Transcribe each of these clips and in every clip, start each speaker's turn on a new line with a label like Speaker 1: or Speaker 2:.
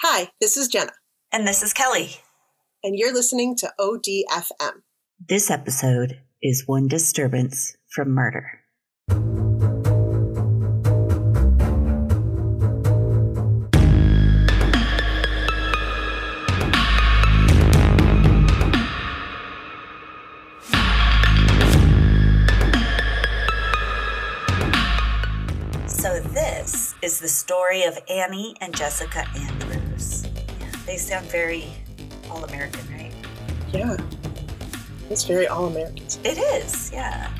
Speaker 1: Hi, this is Jenna,
Speaker 2: And this is Kelly.
Speaker 1: and you're listening to ODFM.
Speaker 3: This episode is one disturbance from murder.
Speaker 2: So, this is the story of Annie and Jessica Andrews. They sound very all American, right?
Speaker 1: Yeah, it's very all Americans.
Speaker 2: It is, yeah.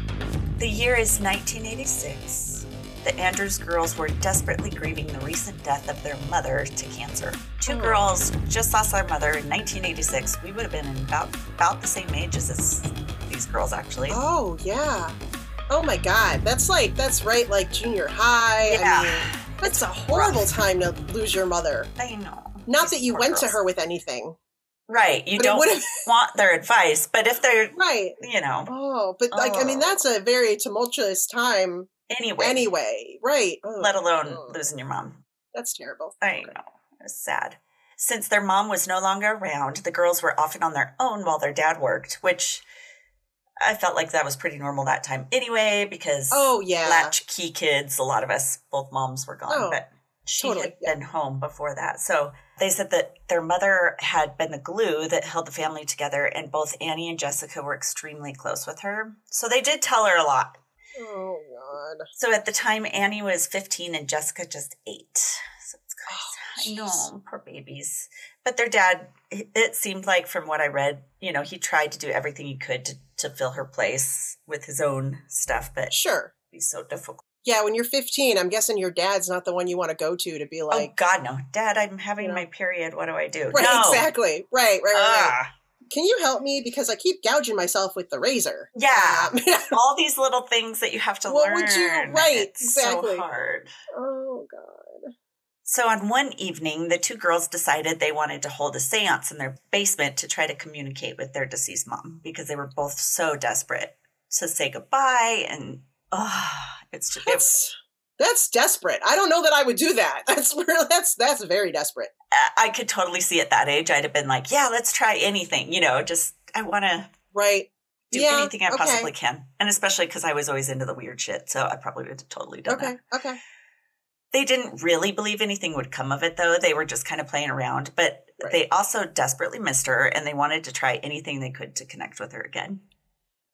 Speaker 2: The year is 1986. The Andrews girls were desperately grieving the recent death of their mother to cancer. Two
Speaker 1: Oh.
Speaker 2: girls just lost their mother in 1986. We would have been about about the same age as this, these girls, actually.
Speaker 1: Oh, yeah. Oh my God, that's like, that's right, like junior high. I mean,
Speaker 2: yeah,
Speaker 1: that's a horrible time to lose your mother.
Speaker 2: I know.
Speaker 1: Not
Speaker 2: These
Speaker 1: that you
Speaker 2: poor
Speaker 1: went to
Speaker 2: girls.
Speaker 1: her with anything.
Speaker 2: Right, you
Speaker 1: But it
Speaker 2: don't
Speaker 1: would've-
Speaker 2: want their advice, but if they're,
Speaker 1: Right.
Speaker 2: you know,
Speaker 1: Oh, but like, I mean,
Speaker 2: Oh.
Speaker 1: that's a very tumultuous time
Speaker 2: anyway,
Speaker 1: anyway. Right. Oh,
Speaker 2: let alone
Speaker 1: oh,
Speaker 2: losing your mom.
Speaker 1: That's terrible.
Speaker 2: I know. It's sad. Since their mom was no longer around, the girls were often on their own while their dad worked, which I felt like that was pretty normal that time anyway, because
Speaker 1: Oh, yeah.
Speaker 2: latchkey kids, a lot of us, both moms were gone,
Speaker 1: Oh,
Speaker 2: but she
Speaker 1: totally,
Speaker 2: had
Speaker 1: yeah.
Speaker 2: been home before that. So they said that their mother had been the glue that held the family together, and both Annie and Jessica were extremely close with her. So they did tell her a lot.
Speaker 1: Oh, God.
Speaker 2: So at the time, Annie was 15 and Jessica just eight. So it's crazy.
Speaker 1: Oh,
Speaker 2: I
Speaker 1: jeez.
Speaker 2: know, poor babies. But their dad, it it seemed like from what I read, you know, he tried to do everything he could to, to fill her place with his own stuff, but it'd
Speaker 1: Sure.
Speaker 2: be so difficult.
Speaker 1: Yeah, when you're 15, I'm guessing your dad's not the one you want to go to to be like,
Speaker 2: oh, God, no. Dad, I'm having
Speaker 1: No.
Speaker 2: my period. What do I do?
Speaker 1: Right,
Speaker 2: no. Ah.
Speaker 1: exactly. Right, right, right, right.
Speaker 2: Ugh.
Speaker 1: Can you help me? Because I keep gouging myself with the razor.
Speaker 2: Yeah.
Speaker 1: Um,
Speaker 2: All these little things that you have to
Speaker 1: What
Speaker 2: learn.
Speaker 1: would you- right,
Speaker 2: It's
Speaker 1: exactly.
Speaker 2: so hard.
Speaker 1: oh, God.
Speaker 2: So on one evening, the two girls decided they wanted to hold a seance in their basement to try to communicate with their deceased mom because they were both so desperate to say goodbye. And oh, it's just, it,
Speaker 1: That's, that's desperate. I don't know that I would do that. That's real- that's that's very desperate.
Speaker 2: I could totally see at that age, I'd have been like, yeah, let's try anything, you know, just I want to
Speaker 1: Right.
Speaker 2: do
Speaker 1: Yeah,
Speaker 2: anything I
Speaker 1: okay.
Speaker 2: possibly can. And especially because I was always into the weird shit. So I probably would have totally done
Speaker 1: Okay.
Speaker 2: that.
Speaker 1: Okay.
Speaker 2: They didn't really believe anything would come of it, though. They were just kind of playing around. But
Speaker 1: Right.
Speaker 2: they also desperately missed her and they wanted to try anything they could to connect with her again.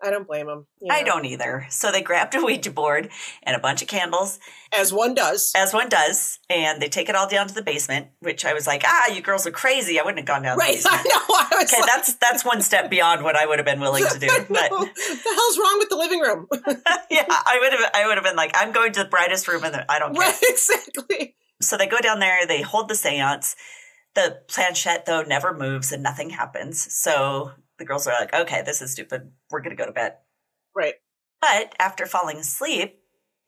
Speaker 1: I don't blame him.
Speaker 2: I don't either. So they grabbed a Ouija board and a bunch of candles,
Speaker 1: As one does.
Speaker 2: as one does, and they take it all down to the basement, which I was like, ah, you girls are crazy. I wouldn't have gone down
Speaker 1: right.
Speaker 2: to the
Speaker 1: I
Speaker 2: basement.
Speaker 1: know. I was
Speaker 2: Okay,
Speaker 1: like,
Speaker 2: that's that's one step beyond what I would have been willing to do.
Speaker 1: I
Speaker 2: But
Speaker 1: know. the hell's wrong with the living room?
Speaker 2: yeah, I would have I would have been like, I'm going to the brightest room and I don't care.
Speaker 1: right. Exactly.
Speaker 2: So they go down there, they hold the seance. The planchette though never moves and nothing happens. So the girls are like, okay, this is stupid. We're gonna go to bed.
Speaker 1: Right.
Speaker 2: But after falling asleep,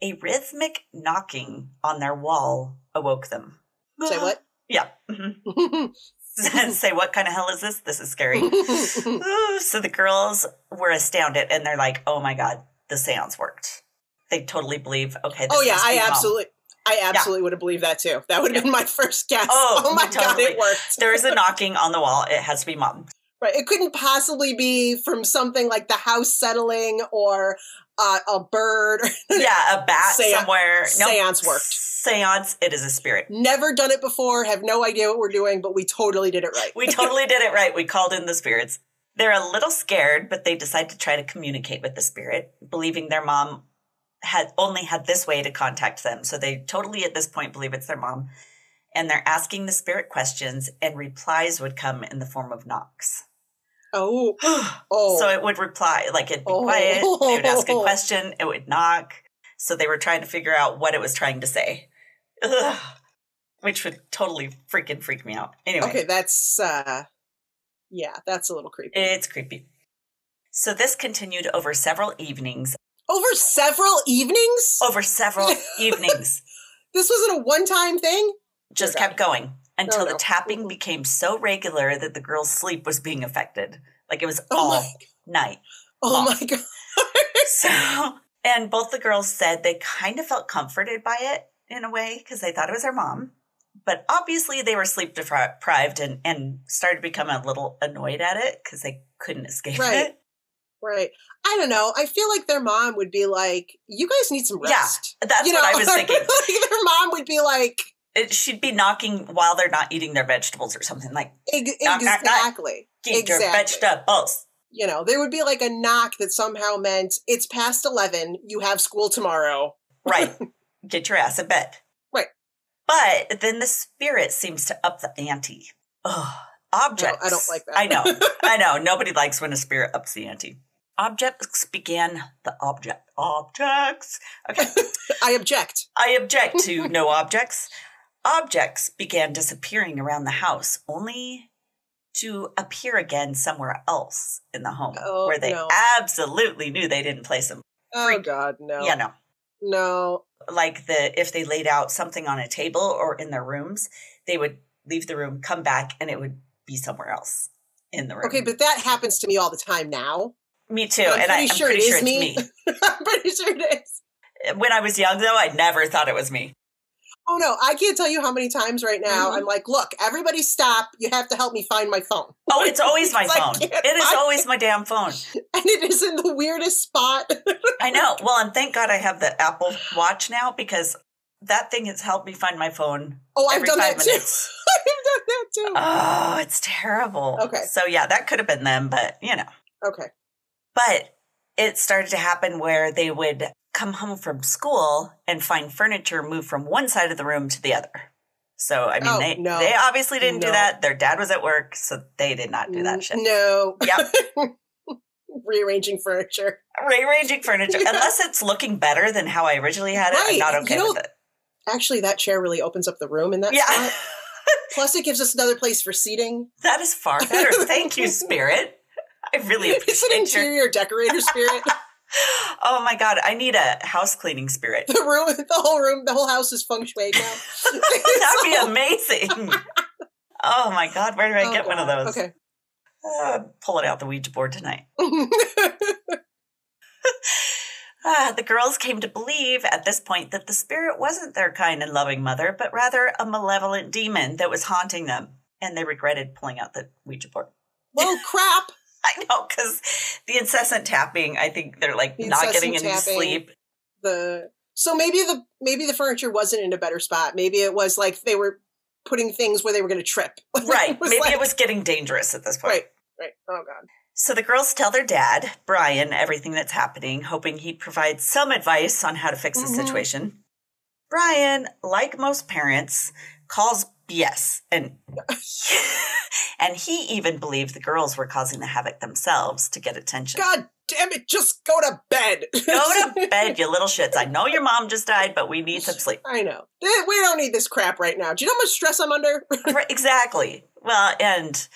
Speaker 2: a rhythmic knocking on their wall awoke them.
Speaker 1: Say what?
Speaker 2: Yeah. Mhm. Say what kind of hell is this? This is scary. Ooh, so the girls were astounded and they're like, oh my God, the seance worked. They totally believe, okay, this
Speaker 1: oh yeah,
Speaker 2: must be
Speaker 1: I
Speaker 2: mom.
Speaker 1: absolutely. I absolutely would have believed that too. That would have been my first guess.
Speaker 2: Oh,
Speaker 1: my god,
Speaker 2: totally.
Speaker 1: it worked.
Speaker 2: There is a knocking on the wall. It has to be mom.
Speaker 1: Right. It couldn't possibly be from something like the house settling or uh, a bird.
Speaker 2: Yeah, a bat
Speaker 1: Seance-
Speaker 2: somewhere.
Speaker 1: seance worked.
Speaker 2: Seance, it is a spirit.
Speaker 1: Never done it before, have no idea what we're doing, but we totally did it right.
Speaker 2: We totally did it right. We called in the spirits. They're a little scared, but they decide to try to communicate with the spirit, believing their mom had only had this way to contact them. So they totally at this point believe it's their mom. And they're asking the spirit questions, and replies would come in the form of knocks.
Speaker 1: Oh,
Speaker 2: so
Speaker 1: oh.
Speaker 2: it would reply, like it'd be
Speaker 1: Oh.
Speaker 2: quiet, they would ask a question, it would knock. So they were trying to figure out what it was trying to say, Ugh. which would totally freaking freak me out. Anyway.
Speaker 1: okay, that's uh yeah, that's a little creepy.
Speaker 2: It's creepy. So this continued over several evenings.
Speaker 1: Over several evenings?
Speaker 2: Over several evenings.
Speaker 1: This wasn't a one-time thing?
Speaker 2: Just
Speaker 1: Okay.
Speaker 2: kept going until
Speaker 1: No,
Speaker 2: the
Speaker 1: no.
Speaker 2: tapping
Speaker 1: Mhm.
Speaker 2: became so regular that the girl's sleep was being affected. Like it was
Speaker 1: Oh
Speaker 2: all
Speaker 1: my
Speaker 2: night.
Speaker 1: Oh
Speaker 2: Mom.
Speaker 1: my god.
Speaker 2: So, and both the girls said they kind of felt comforted by it in a way because they thought it was their mom. but obviously they were sleep deprived and, and started to become a little annoyed at it because they couldn't escape
Speaker 1: Right.
Speaker 2: it.
Speaker 1: Right. I don't know. I feel like their mom would be like, "You guys need some
Speaker 2: Yeah,
Speaker 1: rest."
Speaker 2: That's
Speaker 1: you know,
Speaker 2: what I was thinking.
Speaker 1: like, their mom would be like,
Speaker 2: It, she'd be knocking while they're not eating their vegetables or something like
Speaker 1: Ex-
Speaker 2: Knock, knock, knock.
Speaker 1: exactly.
Speaker 2: eat your
Speaker 1: Exactly.
Speaker 2: vegetables.
Speaker 1: You know, there would be like a knock that somehow meant it's past 11, you have school tomorrow.
Speaker 2: Right. Get your ass in bed.
Speaker 1: Right.
Speaker 2: But then the spirit seems to up the ante. Ugh. Objects.
Speaker 1: No, I don't like that.
Speaker 2: I know. I know. Nobody likes when a spirit ups the ante. Objects began the object. Objects. Okay.
Speaker 1: I object.
Speaker 2: I object to no objects. Objects began disappearing around the house, only to appear again somewhere else in the home
Speaker 1: Oh,
Speaker 2: where they
Speaker 1: no.
Speaker 2: absolutely knew they didn't place them.
Speaker 1: Oh
Speaker 2: Freak.
Speaker 1: god, no.
Speaker 2: Yeah, no.
Speaker 1: No.
Speaker 2: Like the if they laid out something on a table or in their rooms, they would leave the room, come back, and it would be somewhere else in the room.
Speaker 1: Okay, but that happens to me all the time now.
Speaker 2: me too,
Speaker 1: I'm
Speaker 2: and I, I'm
Speaker 1: pretty sure
Speaker 2: pretty
Speaker 1: it
Speaker 2: sure
Speaker 1: is
Speaker 2: it's me.
Speaker 1: me. I'm pretty sure it is.
Speaker 2: When I was young, though, I never thought it was me.
Speaker 1: Oh no, I can't tell you how many times right now
Speaker 2: Mhm.
Speaker 1: I'm like, "Look, everybody stop. You have to help me find my phone."
Speaker 2: Oh, it's always my
Speaker 1: Because I
Speaker 2: phone.
Speaker 1: can't
Speaker 2: It is
Speaker 1: find
Speaker 2: always my damn phone.
Speaker 1: And it is in the weirdest spot.
Speaker 2: I know. Well, and thank God I have the Apple Watch now because that thing has helped me find my phone.
Speaker 1: Oh, I've
Speaker 2: Every
Speaker 1: done
Speaker 2: five
Speaker 1: that too. I've
Speaker 2: minutes.
Speaker 1: done that too.
Speaker 2: Oh, it's terrible.
Speaker 1: Okay.
Speaker 2: So yeah, that could have been them, but you know.
Speaker 1: okay.
Speaker 2: But it started to happen where they would come home from school and find furniture moved from one side of the room to the other. So I mean,
Speaker 1: Oh,
Speaker 2: they
Speaker 1: no.
Speaker 2: they obviously didn't do
Speaker 1: No.
Speaker 2: that. Their dad was at work, so they did not do that shit.
Speaker 1: Mm, No.
Speaker 2: Yep.
Speaker 1: Rearranging furniture.
Speaker 2: Rearranging furniture,
Speaker 1: Yeah.
Speaker 2: unless it's looking better than how I originally had it, I'm
Speaker 1: Right.
Speaker 2: not okay
Speaker 1: You
Speaker 2: with it.
Speaker 1: Actually, that chair really opens up the room in that
Speaker 2: Yeah.
Speaker 1: spot. Plus, it gives us another place for seating.
Speaker 2: That is far better. Thank you, Spirit. I really
Speaker 1: It's an
Speaker 2: appreciate your.
Speaker 1: interior decorator spirit.
Speaker 2: Oh my god, I need a house cleaning spirit.
Speaker 1: the room, the whole room, the whole house is feng shui now.
Speaker 2: That'd be amazing. Oh my god, where do I
Speaker 1: Oh,
Speaker 2: get one of
Speaker 1: God.
Speaker 2: those?
Speaker 1: Okay.
Speaker 2: Uh, pull it out the Ouija board tonight. Ah, the girls came to believe at this point that the spirit wasn't their kind and loving mother, but rather a malevolent demon that was haunting them, and they regretted pulling out the Ouija board.
Speaker 1: well, crap.
Speaker 2: I know, because the incessant tapping, I think they're like
Speaker 1: The
Speaker 2: not getting any
Speaker 1: incessant tapping.
Speaker 2: sleep.
Speaker 1: The so maybe the maybe the furniture wasn't in a better spot. Maybe it was like they were putting things where they were going to trip. It
Speaker 2: Right.
Speaker 1: was
Speaker 2: Maybe
Speaker 1: like-
Speaker 2: it was getting dangerous at this point.
Speaker 1: Right. Right. Oh god.
Speaker 2: So the girls tell their dad, Brian, everything that's happening, hoping he'd provide some advice on how to fix the
Speaker 1: Mhm.
Speaker 2: situation. Brian, like most parents, calls BS and and he even believed the girls were causing the havoc themselves to get attention.
Speaker 1: God damn it! Just go to bed.
Speaker 2: Go to bed, you little shits. I know your mom just died, but we need some sleep.
Speaker 1: I know. Eh, We don't need this crap right now. Do you know how much stress I'm under?
Speaker 2: Right, exactly. Well, and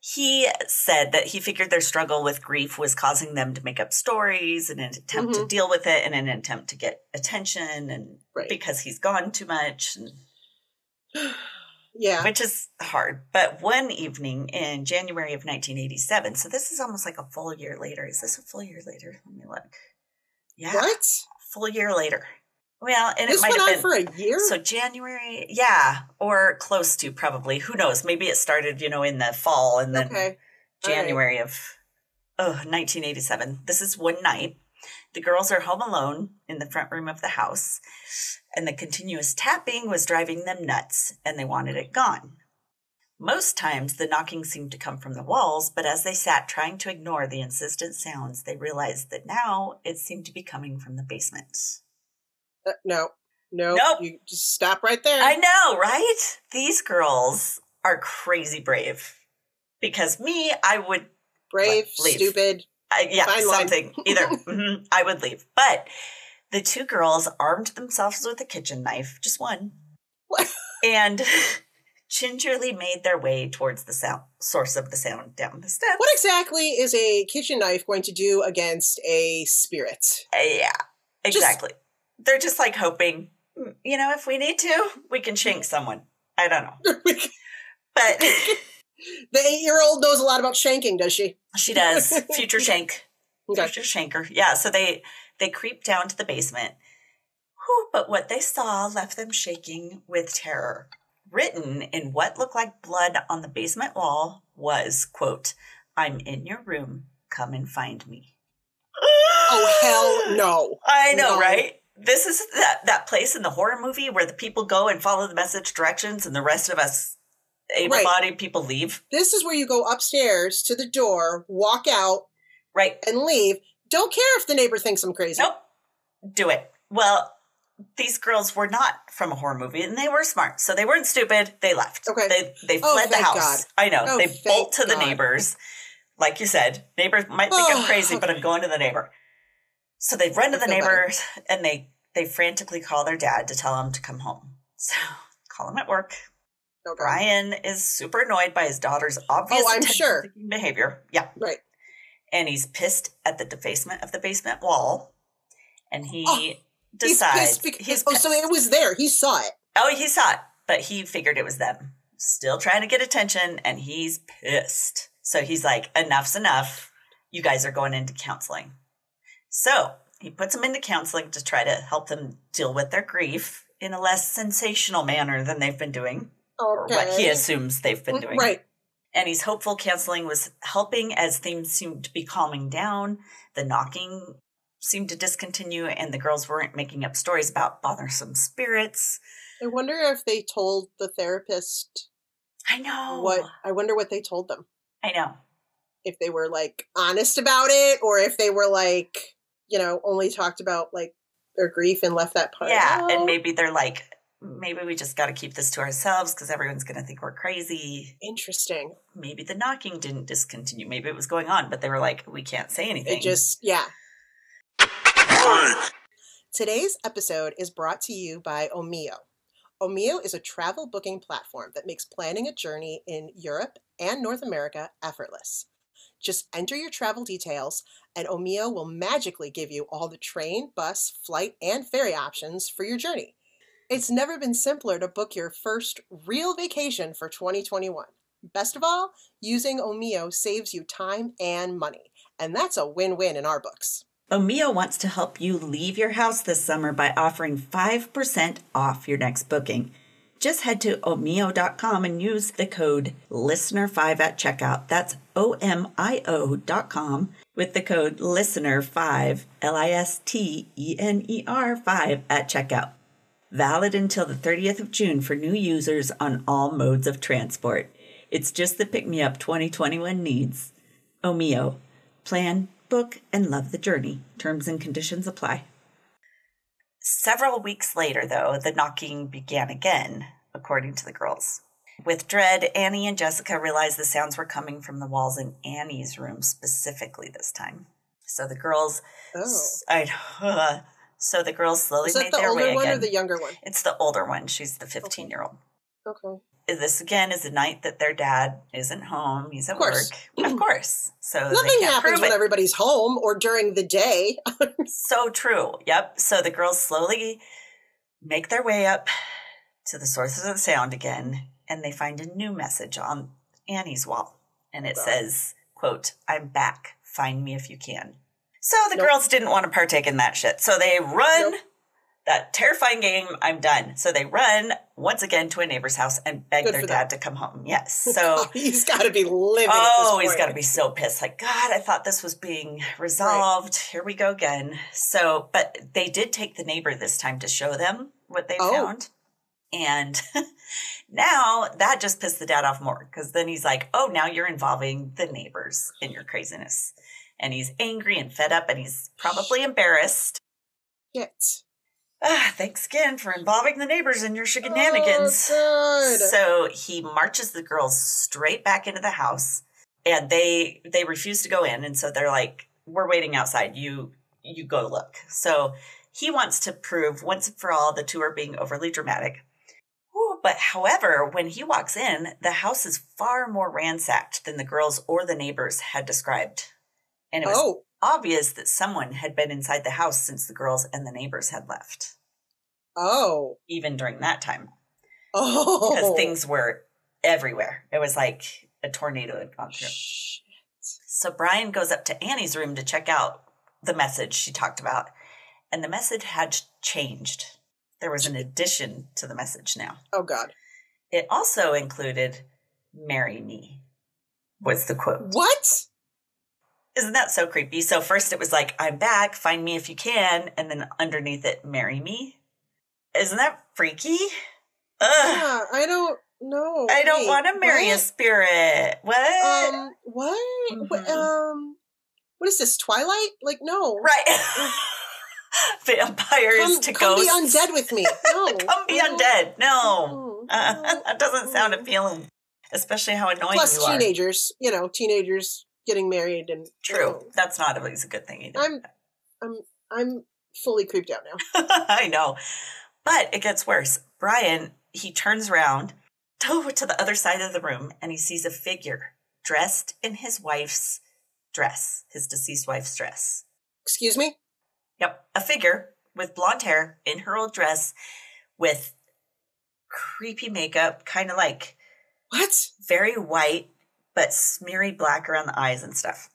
Speaker 2: he said that he figured their struggle with grief was causing them to make up stories in an attempt
Speaker 1: Mm-hmm.
Speaker 2: to deal with it and in an attempt to get attention and
Speaker 1: Right.
Speaker 2: because he's gone too much and,
Speaker 1: yeah.
Speaker 2: which is hard but one evening in january of 1987 so this is almost like a full year later is this a full year later let me look yeah
Speaker 1: What?
Speaker 2: full year later well and
Speaker 1: This
Speaker 2: it might
Speaker 1: went on
Speaker 2: have been
Speaker 1: for a year?
Speaker 2: so January, yeah, or close to probably. Who knows? Maybe it started, you know, in the fall and then
Speaker 1: okay. All right.
Speaker 2: January of oh, 1987. This is one night. The girls are home alone in the front room of the house, and the continuous tapping was driving them nuts, and they wanted it gone. Most times, the knocking seemed to come from the walls, but as they sat trying to ignore the insistent sounds, they realized that now it seemed to be coming from the basement.
Speaker 1: Uh, no. No.
Speaker 2: Nope.
Speaker 1: You just stop right there.
Speaker 2: I know, right? These girls are crazy brave. Because me, I would,
Speaker 1: Brave,
Speaker 2: Leave.
Speaker 1: stupid.
Speaker 2: I, yeah,
Speaker 1: Fine line.
Speaker 2: something either. Mhm, I would leave. But the two girls armed themselves with a kitchen knife, just one,
Speaker 1: What?
Speaker 2: and gingerly made their way towards the sound source of the sound down the steps.
Speaker 1: What exactly is a kitchen knife going to do against a spirit?
Speaker 2: Uh, yeah,
Speaker 1: Just-
Speaker 2: exactly. They're just like hoping, "Mm, you know, if we need to, we can shank someone. I don't know,
Speaker 1: the
Speaker 2: but
Speaker 1: eight year old knows a lot about shanking, does she?
Speaker 2: she does. Future shank.
Speaker 1: Okay.
Speaker 2: Mr. Shanker. Yeah, so they they creep down to the basement. Whew, but what they saw left them shaking with terror. written in what looked like blood on the basement wall was, quote, I'm in your room. Come and find me.
Speaker 1: Oh hell no.
Speaker 2: I know,
Speaker 1: No.
Speaker 2: right? This is that, that place in the horror movie where the people go and follow the message directions and the rest of us able-bodied people leave.
Speaker 1: This is where you go upstairs to the door, walk out,
Speaker 2: Right.
Speaker 1: and leave. Don't care if the neighbor thinks I'm crazy.
Speaker 2: Nope. Do it. Well, these girls were not from a horror movie and they were smart. So they weren't stupid. They left.
Speaker 1: Okay.
Speaker 2: They they
Speaker 1: Oh,
Speaker 2: fled the
Speaker 1: thank God.
Speaker 2: house. I know.
Speaker 1: Oh,
Speaker 2: they
Speaker 1: thank
Speaker 2: bolt to the
Speaker 1: God.
Speaker 2: neighbors. Like you said, neighbors might think I'm
Speaker 1: Oh,
Speaker 2: crazy, but I'm
Speaker 1: okay.
Speaker 2: going to the neighbor. So they run to
Speaker 1: I
Speaker 2: the
Speaker 1: feel
Speaker 2: neighbors and they they frantically call their dad to tell him to come home. So call him at work.
Speaker 1: No, God.
Speaker 2: Brian is super annoyed by his daughter's obvious
Speaker 1: Oh, I'm
Speaker 2: attention
Speaker 1: sure.
Speaker 2: seeking behavior. Yeah.
Speaker 1: Right.
Speaker 2: And he's pissed at the defacement of the basement wall. And he
Speaker 1: Oh,
Speaker 2: decides
Speaker 1: He's pissed because oh, so it was there. He saw it.
Speaker 2: Oh, he saw it, but he figured it was them. Still trying to get attention, and he's pissed. So he's like, enough's enough. You guys are going into counseling. So he puts them into counseling to try to help them deal with their grief in a less sensational manner than they've been doing, or
Speaker 1: Oh, Okay.
Speaker 2: what he assumes they've been
Speaker 1: Mm,
Speaker 2: doing.
Speaker 1: Right.
Speaker 2: And he's hopeful counseling was helping as things seemed to be calming down. The knocking seemed to discontinue, and the girls weren't making up stories about bothersome spirits.
Speaker 1: I wonder if they told the therapist
Speaker 2: I know.
Speaker 1: what. I wonder what they told them.
Speaker 2: I know.
Speaker 1: If they were like honest about it, or if they were like, you know, only talked about like their grief and left that part. Oh,
Speaker 2: yeah,
Speaker 1: out.
Speaker 2: and maybe they're like, maybe we just got to keep this to ourselves because everyone's going to think we're crazy.
Speaker 1: interesting.
Speaker 2: Maybe the knocking didn't discontinue. Maybe it was going on, but they were like, we can't say anything.
Speaker 1: It just yeah. Today's episode is brought to you by Omio. Omio is a travel booking platform that makes planning a journey in Europe and North America effortless. Just enter your travel details, and Omio will magically give you all the train, bus, flight, and ferry options for your journey. It's never been simpler to book your first real vacation for 2021. Best of all, using Omio saves you time and money, and that's a win win in our books.
Speaker 2: Omeo wants to help you leave your house this summer by offering 5% off your next booking. Just head to omeo.com and use the code LISTENER5 at checkout. That's O M I O.com with the code LISTENER5, L I S T E N E R 5 at checkout. Valid until the 30th of June for new users on all modes of transport. It's just the pick me up 2021 needs. Omeo. Plan, book, and love the journey. Terms and conditions apply. Several weeks later, though, the knocking began again, according to the girls. With dread, Annie and Jessica realized the sounds were coming from the walls in Annie's room specifically this time. So the girls,
Speaker 1: Oh.
Speaker 2: I, so the girls slowly
Speaker 1: Is that
Speaker 2: made
Speaker 1: the
Speaker 2: their way
Speaker 1: older one
Speaker 2: again.
Speaker 1: or the younger one?
Speaker 2: It's the older one. She's the 15 year old.
Speaker 1: Okay.
Speaker 2: This again is the night that their dad isn't home. He's at
Speaker 1: Of course.
Speaker 2: work. Of course. So they
Speaker 1: Nothing
Speaker 2: can't
Speaker 1: happens
Speaker 2: prove
Speaker 1: when
Speaker 2: it.
Speaker 1: everybody's home or during the day.
Speaker 2: So true. Yep. So the girls slowly make their way up to the sources of the sound again, and they find a new message on Annie's wall. And it
Speaker 1: Wow.
Speaker 2: says, quote, I'm back. Find me if you can. So the
Speaker 1: Nope.
Speaker 2: girls didn't want to partake in that shit. So they run
Speaker 1: Nope.
Speaker 2: that terrifying game. I'm done. So they run once again to a neighbor's house and beg
Speaker 1: Good
Speaker 2: their
Speaker 1: for
Speaker 2: dad to come home. Yes. So
Speaker 1: he's got to be living.
Speaker 2: Oh,
Speaker 1: at this
Speaker 2: he's
Speaker 1: point.
Speaker 2: got to be so pissed. Like, God, I thought this was being resolved. Here we go again. So, but they did take the neighbor this time to show them what they
Speaker 1: Oh.
Speaker 2: found. And now that just pissed the dad off more because then he's like, oh, now you're involving the neighbors in your craziness. And he's angry and fed up and he's probably embarrassed.
Speaker 1: Shit.
Speaker 2: Ah, thanks again for involving the neighbors in your shenanigans.
Speaker 1: Oh, good.
Speaker 2: So he marches the girls straight back into the house and they they refuse to go in and so they're like we're waiting outside you you go look. So he wants to prove once and for all the two are being overly dramatic. Ooh, But however, when he walks in, the house is far more ransacked than the girls or the neighbors had described. And it was
Speaker 1: oh,
Speaker 2: obvious that someone had been inside the house since the girls and the neighbors had left,
Speaker 1: oh,
Speaker 2: even during that time
Speaker 1: oh.
Speaker 2: because things were everywhere. It was like a tornado had gone through.
Speaker 1: Shh.
Speaker 2: So Brian goes up to Annie's room to check out the message she talked about, and the message had changed. There was an addition to the message now.
Speaker 1: Oh God.
Speaker 2: It also included marry me was the quote.
Speaker 1: What?
Speaker 2: Isn't that so creepy? So first it was like, I'm back, find me if you can, and then underneath it, marry me. Isn't that freaky? Ugh.
Speaker 1: Yeah, I don't know.
Speaker 2: I don't
Speaker 1: Wait,
Speaker 2: want to marry a
Speaker 1: what?
Speaker 2: spirit. What?
Speaker 1: Um, what? What-
Speaker 2: Mhm.
Speaker 1: Um, what is this? Twilight? Like, no.
Speaker 2: right. Vampires
Speaker 1: Come,
Speaker 2: to
Speaker 1: come be
Speaker 2: ghosts.
Speaker 1: undead with me. No.
Speaker 2: Come be
Speaker 1: no,
Speaker 2: undead.
Speaker 1: no,
Speaker 2: No. Uh,
Speaker 1: no.
Speaker 2: that doesn't sound appealing, especially how annoying
Speaker 1: Plus,
Speaker 2: you are.
Speaker 1: teenagers. You know, teenagers getting married and
Speaker 2: True. That's not always a good thing either.
Speaker 1: I'm, I'm, I'm fully creeped out now.
Speaker 2: I know. But it gets worse. Brian, he turns around over to the other side of the room and he sees a figure dressed in his wife's dress, his deceased wife's dress.
Speaker 1: Excuse me.
Speaker 2: Yep, a figure with blonde hair in her old dress with creepy makeup, kind of like
Speaker 1: What?
Speaker 2: very white, but smeary black around the eyes and stuff.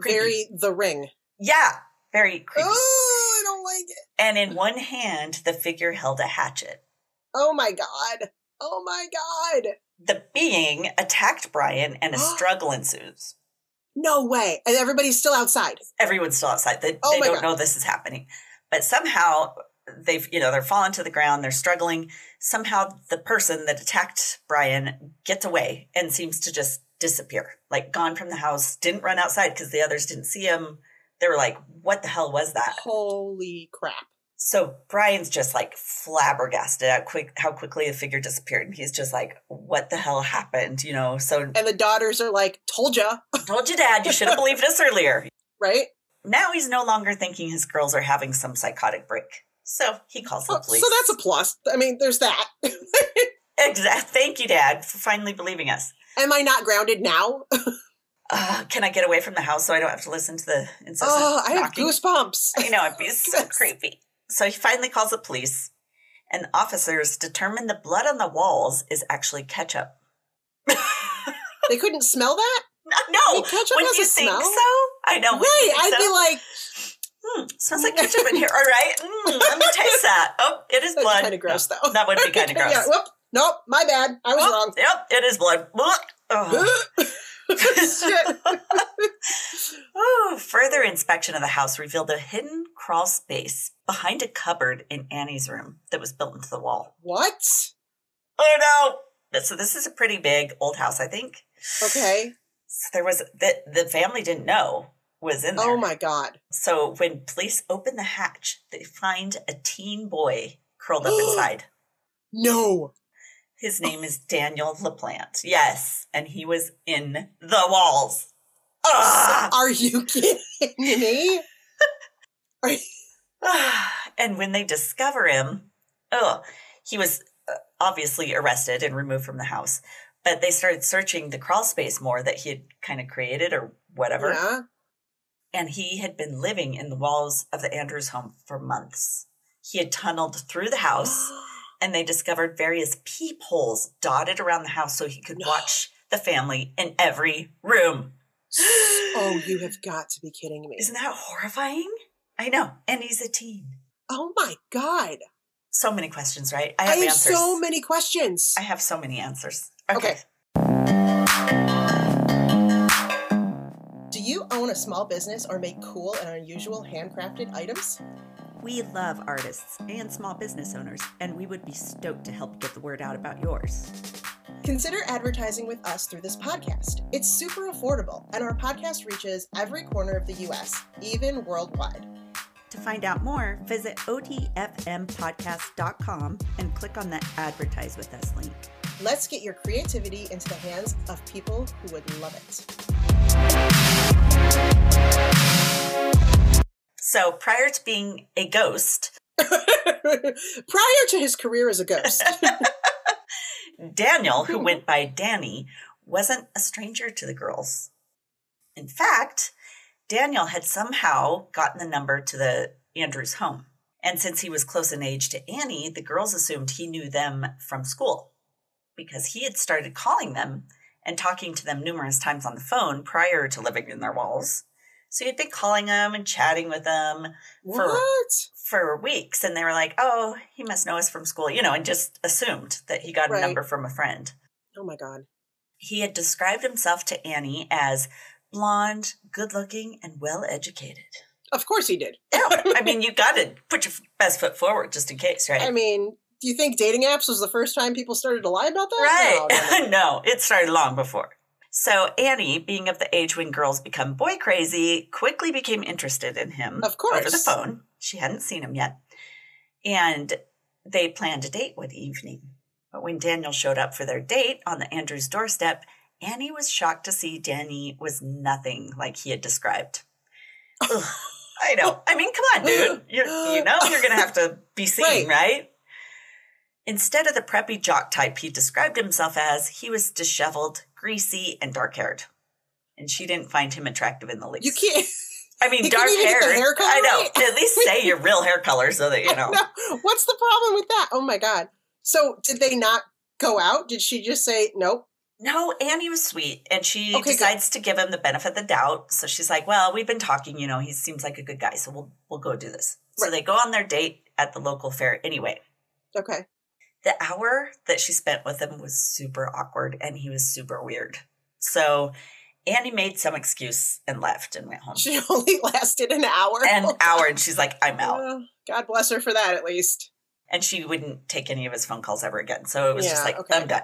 Speaker 2: Creepy.
Speaker 1: Very the ring.
Speaker 2: Yeah, very creepy.
Speaker 1: Oh, I don't like it.
Speaker 2: And in one hand, the figure held a hatchet.
Speaker 1: Oh my god. Oh my god.
Speaker 2: The being attacked Brian and a struggle ensues.
Speaker 1: No way. And everybody's still outside.
Speaker 2: Everyone's still outside. They,
Speaker 1: Oh
Speaker 2: they
Speaker 1: my God.
Speaker 2: don't know this is happening. But somehow they've, you know, they're falling to the ground, they're struggling. Somehow the person that attacked Brian gets away and seems to just disappear, like gone from the house, didn't run outside because the others didn't see him. They were like, what the hell was that?
Speaker 1: Holy crap.
Speaker 2: So Brian's just like flabbergasted at quick how quickly the figure disappeared. And he's just like, what the hell happened? You know, so
Speaker 1: And the daughters are like, "Told ya,"
Speaker 2: told you dad, you should have believed us earlier.
Speaker 1: right?
Speaker 2: Now he's no longer thinking his girls are having some psychotic break. So he calls the
Speaker 1: Oh,
Speaker 2: police.
Speaker 1: so that's a plus. I mean, there's that.
Speaker 2: exact. Thank you, Dad, for finally believing us.
Speaker 1: Am I not grounded now?
Speaker 2: Uh, can I get away from the house so I don't have to listen to the incessant
Speaker 1: Oh, I have
Speaker 2: knocking?
Speaker 1: goosebumps.
Speaker 2: I know, it'd be so
Speaker 1: Yes.
Speaker 2: creepy. So he finally calls the police, and the officers determine the blood on the walls is actually ketchup.
Speaker 1: They couldn't smell that?
Speaker 2: Uh, No,
Speaker 1: Wait, ketchup
Speaker 2: wouldn't
Speaker 1: has
Speaker 2: Oh,
Speaker 1: a
Speaker 2: you think
Speaker 1: smell?
Speaker 2: so? I know.
Speaker 1: Right.
Speaker 2: wouldn't you think
Speaker 1: I'd
Speaker 2: so?
Speaker 1: be like,
Speaker 2: hmm, smells like ketchup in here. All right, mm, let me taste that. Oh, it is
Speaker 1: that's
Speaker 2: blood.
Speaker 1: kind of gross,
Speaker 2: No,
Speaker 1: though.
Speaker 2: that would be kind of gross.
Speaker 1: yeah, whoop. Nope. My bad. I was
Speaker 2: Oh,
Speaker 1: wrong.
Speaker 2: Yep, it is blood. Ugh. Oh.
Speaker 1: Shit.
Speaker 2: Ooh, Oh, further inspection of the house revealed a hidden crawl space behind a cupboard in Annie's room that was built into the wall.
Speaker 1: What?
Speaker 2: Oh no! So this is a pretty big old house, I think.
Speaker 1: Okay.
Speaker 2: So there was the the family didn't know was in there.
Speaker 1: Oh my god.
Speaker 2: So when police open the hatch, they find a teen boy curled up inside.
Speaker 1: No.
Speaker 2: His name is Daniel LaPlante. Yes, and he was in the walls. Ah!
Speaker 1: Are you kidding me?
Speaker 2: and when they discover him, oh, he was uh, obviously arrested and removed from the house. But they started searching the crawl space more that he had kind of created or whatever.
Speaker 1: Yeah.
Speaker 2: And he had been living in the walls of the Andrews home for months. He had tunneled through the house and they discovered various peepholes dotted around the house so he could
Speaker 1: No.
Speaker 2: watch the family in every room.
Speaker 1: Oh, you have got to be kidding me.
Speaker 2: Isn't that horrifying? I know. And he's a teen.
Speaker 1: Oh my god.
Speaker 2: So many questions, right? I
Speaker 1: I
Speaker 2: have
Speaker 1: have
Speaker 2: answers.
Speaker 1: so many questions.
Speaker 2: I have so many answers.
Speaker 1: Okay. Do you own a small business or make cool and unusual handcrafted items?
Speaker 2: We love artists and small business owners, and we would be stoked to help get the word out about yours.
Speaker 1: Consider advertising with us through this podcast. It's super affordable, and our podcast reaches every corner of the US, even worldwide.
Speaker 2: To find out more, visit otfmpodcast.com and click on the Advertise with Us link.
Speaker 1: Let's get your creativity into the hands of people who would love it.
Speaker 2: So, prior to being a ghost,
Speaker 1: Prior to his career as a ghost,
Speaker 2: Daniel, who went by Danny, wasn't a stranger to the girls. In fact, Daniel had somehow gotten the number to the Andrews home. And since he was close in age to Annie, the girls assumed he knew them from school because he had started calling them and talking to them numerous times on the phone prior to living in their walls. So he'd been calling them and chatting with them For-
Speaker 1: What?
Speaker 2: for weeks. And they were like, oh, he must know us from school, you know, and just assumed that he got
Speaker 1: Right.
Speaker 2: a number from a friend.
Speaker 1: Oh my god.
Speaker 2: He had described himself to Annie as blonde, good looking, and well educated.
Speaker 1: Of course he did.
Speaker 2: No, I mean, you got to put your f- best foot forward just in case, right?
Speaker 1: I mean, do you think dating apps was the first time people started to lie about that? No, no,
Speaker 2: Right. no, it started long before. So Annie, being of the age when girls become boy crazy, quickly became interested in him.
Speaker 1: Of course.
Speaker 2: Over the phone. She hadn't seen him yet. And they planned a date one evening. But when Daniel showed up for their date on the Andrews doorstep, Annie was shocked to see Danny was nothing like he had described. Ugh, I know. I mean, come on, dude. You're, you know you're going to have to be seen,
Speaker 1: Right.
Speaker 2: right? Instead of the preppy jock type he described himself as, he was disheveled, greasy, and dark haired. And she didn't find him attractive in the least.
Speaker 1: You can't.
Speaker 2: I mean,
Speaker 1: he
Speaker 2: dark
Speaker 1: couldn't even
Speaker 2: hair.
Speaker 1: get the hair color
Speaker 2: I know.
Speaker 1: right?
Speaker 2: At least say your real hair color so that you know.
Speaker 1: No, what's the problem with that? Oh my god. So did they not go out? Did she just say nope?
Speaker 2: No, Annie was sweet, and she
Speaker 1: Okay, good.
Speaker 2: decides to give him the benefit of the doubt. So she's like, "Well, we've been talking. You know, he seems like a good guy, so we'll we'll go do this." So
Speaker 1: Right.
Speaker 2: they go on their date at the local fair anyway.
Speaker 1: Okay.
Speaker 2: the hour that she spent with him was super awkward and he was super weird. So Annie made some excuse and left and went home.
Speaker 1: She only lasted an hour.
Speaker 2: An hour and she's like, I'm out.
Speaker 1: Well, God bless her for that at least.
Speaker 2: And she wouldn't take any of his phone calls ever again. So it was just
Speaker 1: Yeah,
Speaker 2: like,
Speaker 1: okay.
Speaker 2: I'm done.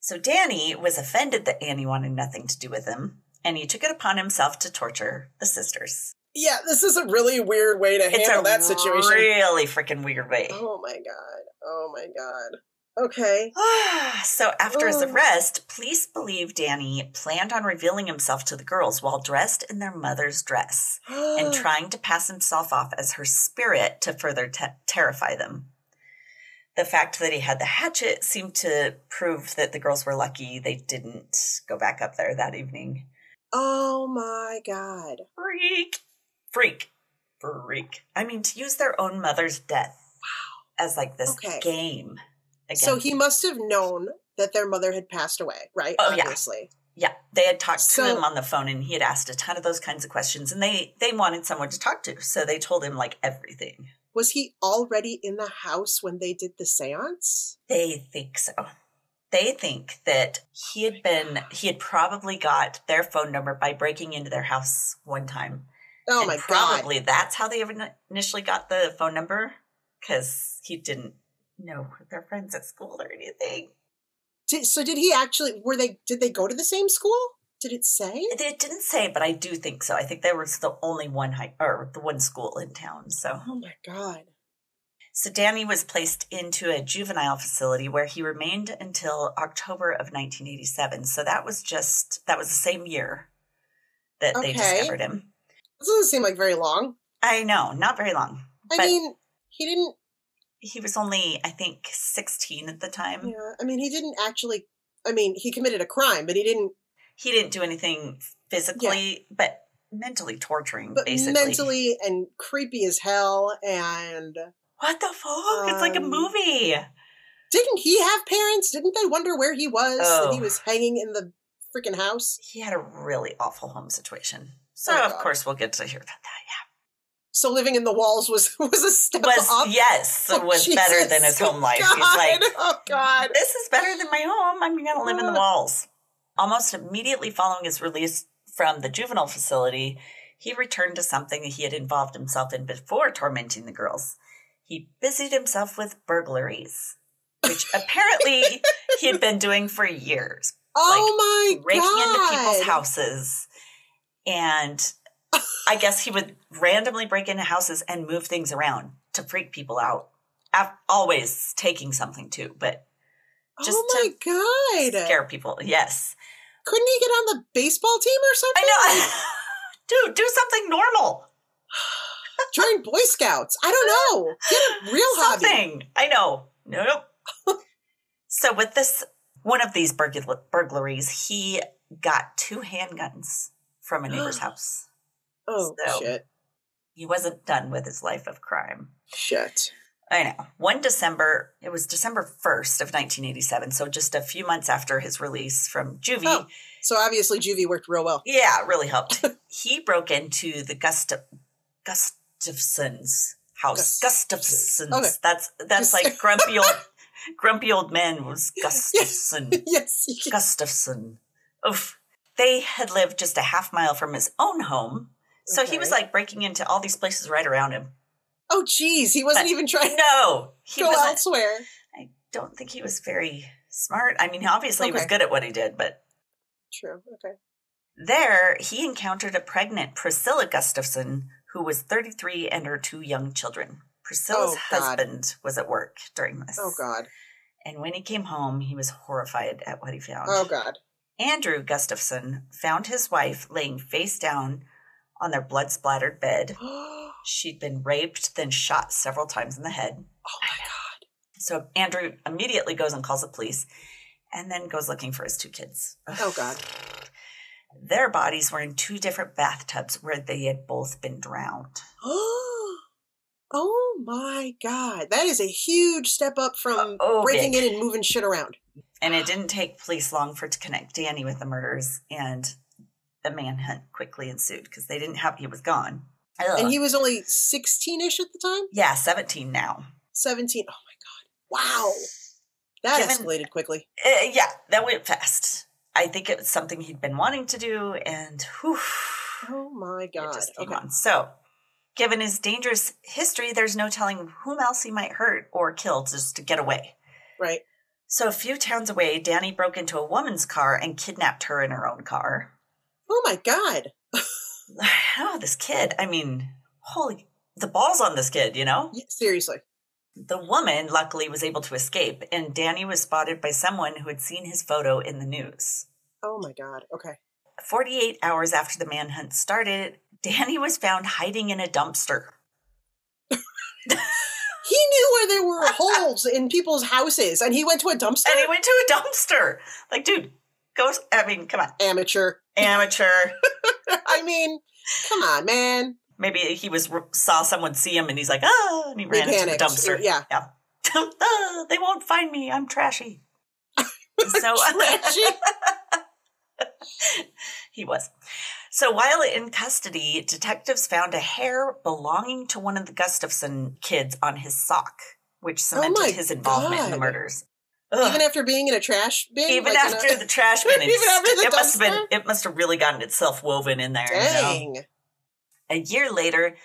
Speaker 2: So Danny was offended that Annie wanted nothing to do with him. And he took it upon himself to torture the sisters.
Speaker 1: Yeah, this is a really weird way to
Speaker 2: It's
Speaker 1: handle
Speaker 2: a
Speaker 1: that situation.
Speaker 2: really freaking weird way.
Speaker 1: Oh my god. Oh my god. Okay.
Speaker 2: Ah, so after his
Speaker 1: Ugh.
Speaker 2: arrest, police believe Danny planned on revealing himself to the girls while dressed in their mother's dress and trying to pass himself off as her spirit to further te- terrify them. The fact that he had the hatchet seemed to prove that the girls were lucky they didn't go back up there that evening.
Speaker 1: Oh my god.
Speaker 2: Freak. Freak. Freak. I mean, to use their own mother's death as like this
Speaker 1: Okay.
Speaker 2: game. Again.
Speaker 1: So he must have known that their mother had passed away, right?
Speaker 2: Oh, yeah.
Speaker 1: Obviously.
Speaker 2: Yeah, they had talked to
Speaker 1: So-
Speaker 2: him on the phone, and he had asked a ton of those kinds of questions, and they they wanted someone to talk to, so they told him like everything.
Speaker 1: Was he already in the house when they did the séance?
Speaker 2: They think so. They think that he had been he had probably got their phone number by breaking into their house one time.
Speaker 1: Oh
Speaker 2: and
Speaker 1: my god.
Speaker 2: Probably that's how they even initially got the phone number because he didn't know their friends at school or anything.
Speaker 1: Did, so did he actually were they did they go to the same school? Did it say?
Speaker 2: It didn't say, but I do think so. I think there was the only one high or the one school in town. So.
Speaker 1: Oh my god.
Speaker 2: So Danny was placed into a juvenile facility where he remained until October of 1987. So that was just that was the same year that they
Speaker 1: Okay.
Speaker 2: discovered him.
Speaker 1: This doesn't seem like very long.
Speaker 2: I know, not very long.
Speaker 1: I
Speaker 2: But-
Speaker 1: mean, he didn't
Speaker 2: He was only I think 16 at the time.
Speaker 1: yeah, I mean he didn't actually I mean, he committed a crime, but he didn't
Speaker 2: He didn't do anything physically, but mentally torturing
Speaker 1: but
Speaker 2: basically.
Speaker 1: mentally and creepy as hell and
Speaker 2: what the fuck? it's like a
Speaker 1: Um,
Speaker 2: movie.
Speaker 1: didn't he have parents? Didn't they wonder where he was? That
Speaker 2: Oh.
Speaker 1: he was hanging in the freaking house.
Speaker 2: He had a really awful home situation. So
Speaker 1: Oh,
Speaker 2: of
Speaker 1: God.
Speaker 2: course we'll get to hear about that.
Speaker 1: So living in the walls was was a step
Speaker 2: was
Speaker 1: up.
Speaker 2: yes
Speaker 1: Oh,
Speaker 2: was better than
Speaker 1: Jesus.
Speaker 2: his home life. He's
Speaker 1: God.
Speaker 2: like,
Speaker 1: oh god.
Speaker 2: Uh, this is better than my home. I'm gonna live in the
Speaker 1: Ah.
Speaker 2: walls. Almost immediately following his release from the juvenile facility, he returned to something that he had involved himself in before tormenting the girls. He busied himself with burglaries, which apparently he had been doing for years,
Speaker 1: oh my
Speaker 2: breaking
Speaker 1: god.
Speaker 2: into people's houses. And I guess he would randomly break into houses and move things around to freak people out. Af- Always taking something too, but just
Speaker 1: oh
Speaker 2: to
Speaker 1: my god.
Speaker 2: scare people. Yes.
Speaker 1: Couldn't he get on the baseball team or something?
Speaker 2: I know. Dude, do something normal.
Speaker 1: Join Boy Scouts. I don't know. Get a real hobby.
Speaker 2: something. I know. Nope. so with this one of these burgul- burglaries, he got two handguns from a neighbor's house.
Speaker 1: Oh
Speaker 2: So-
Speaker 1: shit.
Speaker 2: He wasn't done with his life of crime.
Speaker 1: Shit.
Speaker 2: I know. One December, it was December 1st of 1987, so just a few months after his release from juvie.
Speaker 1: Oh. So obviously, Juvie worked real well.
Speaker 2: Yeah, it really helped. he broke into the Gustav Gustafson's house. Gustafson's.
Speaker 1: Okay.
Speaker 2: That's that's
Speaker 1: Just-
Speaker 2: like grumpy old grumpy old man was Gustafson.
Speaker 1: yes. you can-
Speaker 2: Gustafson. Oof. They had lived just a half mile from his own home. So he was
Speaker 1: Okay.
Speaker 2: like breaking into all these places right around him.
Speaker 1: Oh, geez. He wasn't even trying to
Speaker 2: No, he
Speaker 1: go
Speaker 2: wasn't.
Speaker 1: elsewhere.
Speaker 2: I don't think he was very smart. I mean, obviously he was
Speaker 1: Okay.
Speaker 2: good at what he did, but
Speaker 1: True. Okay.
Speaker 2: There, he encountered a pregnant Priscilla Gustafson, who was 33 and her two young children. Priscilla's
Speaker 1: Oh, God.
Speaker 2: husband was at work during this.
Speaker 1: Oh, God.
Speaker 2: And when he came home, he was horrified at what he found.
Speaker 1: Oh, God.
Speaker 2: Andrew Gustafson found his wife laying face down on their blood splattered bed.
Speaker 1: oh,
Speaker 2: She'd been raped, then shot several times in the head.
Speaker 1: Oh, my God.
Speaker 2: So Andrew immediately goes and calls the police and then goes looking for his two kids.
Speaker 1: Oh, God.
Speaker 2: Their bodies were in two different bathtubs where they had both been drowned.
Speaker 1: Oh, my God. That is a huge step up from
Speaker 2: Oh,
Speaker 1: breaking
Speaker 2: big.
Speaker 1: in and moving shit around.
Speaker 2: And it didn't take police long for it to connect Danny with the murders, and the manhunt quickly ensued because they didn't have, he was gone. Ugh.
Speaker 1: And he was only 16 ish at the time?
Speaker 2: yeah, 17 now.
Speaker 1: 17. Oh, my God. Wow. That
Speaker 2: Given-
Speaker 1: escalated quickly.
Speaker 2: Uh, yeah, that went fast. I think it was something he'd been wanting to do, and whew,
Speaker 1: Oh, my
Speaker 2: it
Speaker 1: God.
Speaker 2: just came
Speaker 1: Okay.
Speaker 2: on. So, given his dangerous history, there's no telling whom else he might hurt or kill just to get away.
Speaker 1: Right.
Speaker 2: So, a few towns away, Danny broke into a woman's car and kidnapped her in her own car.
Speaker 1: Oh, my God.
Speaker 2: Oh, this kid. I mean, holy, the balls on this kid, you know?
Speaker 1: Yeah, seriously.
Speaker 2: The woman luckily was able to escape, and Danny was spotted by someone who had seen his photo in the news.
Speaker 1: Oh, my God. Okay.
Speaker 2: 48 hours after the manhunt started, Danny was found hiding in a dumpster.
Speaker 1: He knew where there were holes in people's houses, and he went to a dumpster.
Speaker 2: And he went to a dumpster. Like, dude, go. s- I mean, come on.
Speaker 1: Amateur.
Speaker 2: Amateur.
Speaker 1: I mean, come on, man.
Speaker 2: Maybe he was saw someone see him and he's like, ah, and he
Speaker 1: He
Speaker 2: ran into the
Speaker 1: panicked.
Speaker 2: dumpster.
Speaker 1: Yeah.
Speaker 2: Ah, they won't find me. I'm trashy. So
Speaker 1: Trashy.
Speaker 2: he was. So while in custody, detectives found a hair belonging to one of the Gustafson kids on his sock, which cemented
Speaker 1: Oh my
Speaker 2: his involvement in the
Speaker 1: God.
Speaker 2: murders. Ugh.
Speaker 1: Even after being in a trash bin.
Speaker 2: Even
Speaker 1: like in
Speaker 2: after
Speaker 1: a-
Speaker 2: the trash bin, it's-
Speaker 1: Even after the
Speaker 2: it must have been
Speaker 1: dumpster?
Speaker 2: it must have really gotten itself woven in there. you know?
Speaker 1: Dang.
Speaker 2: A year later,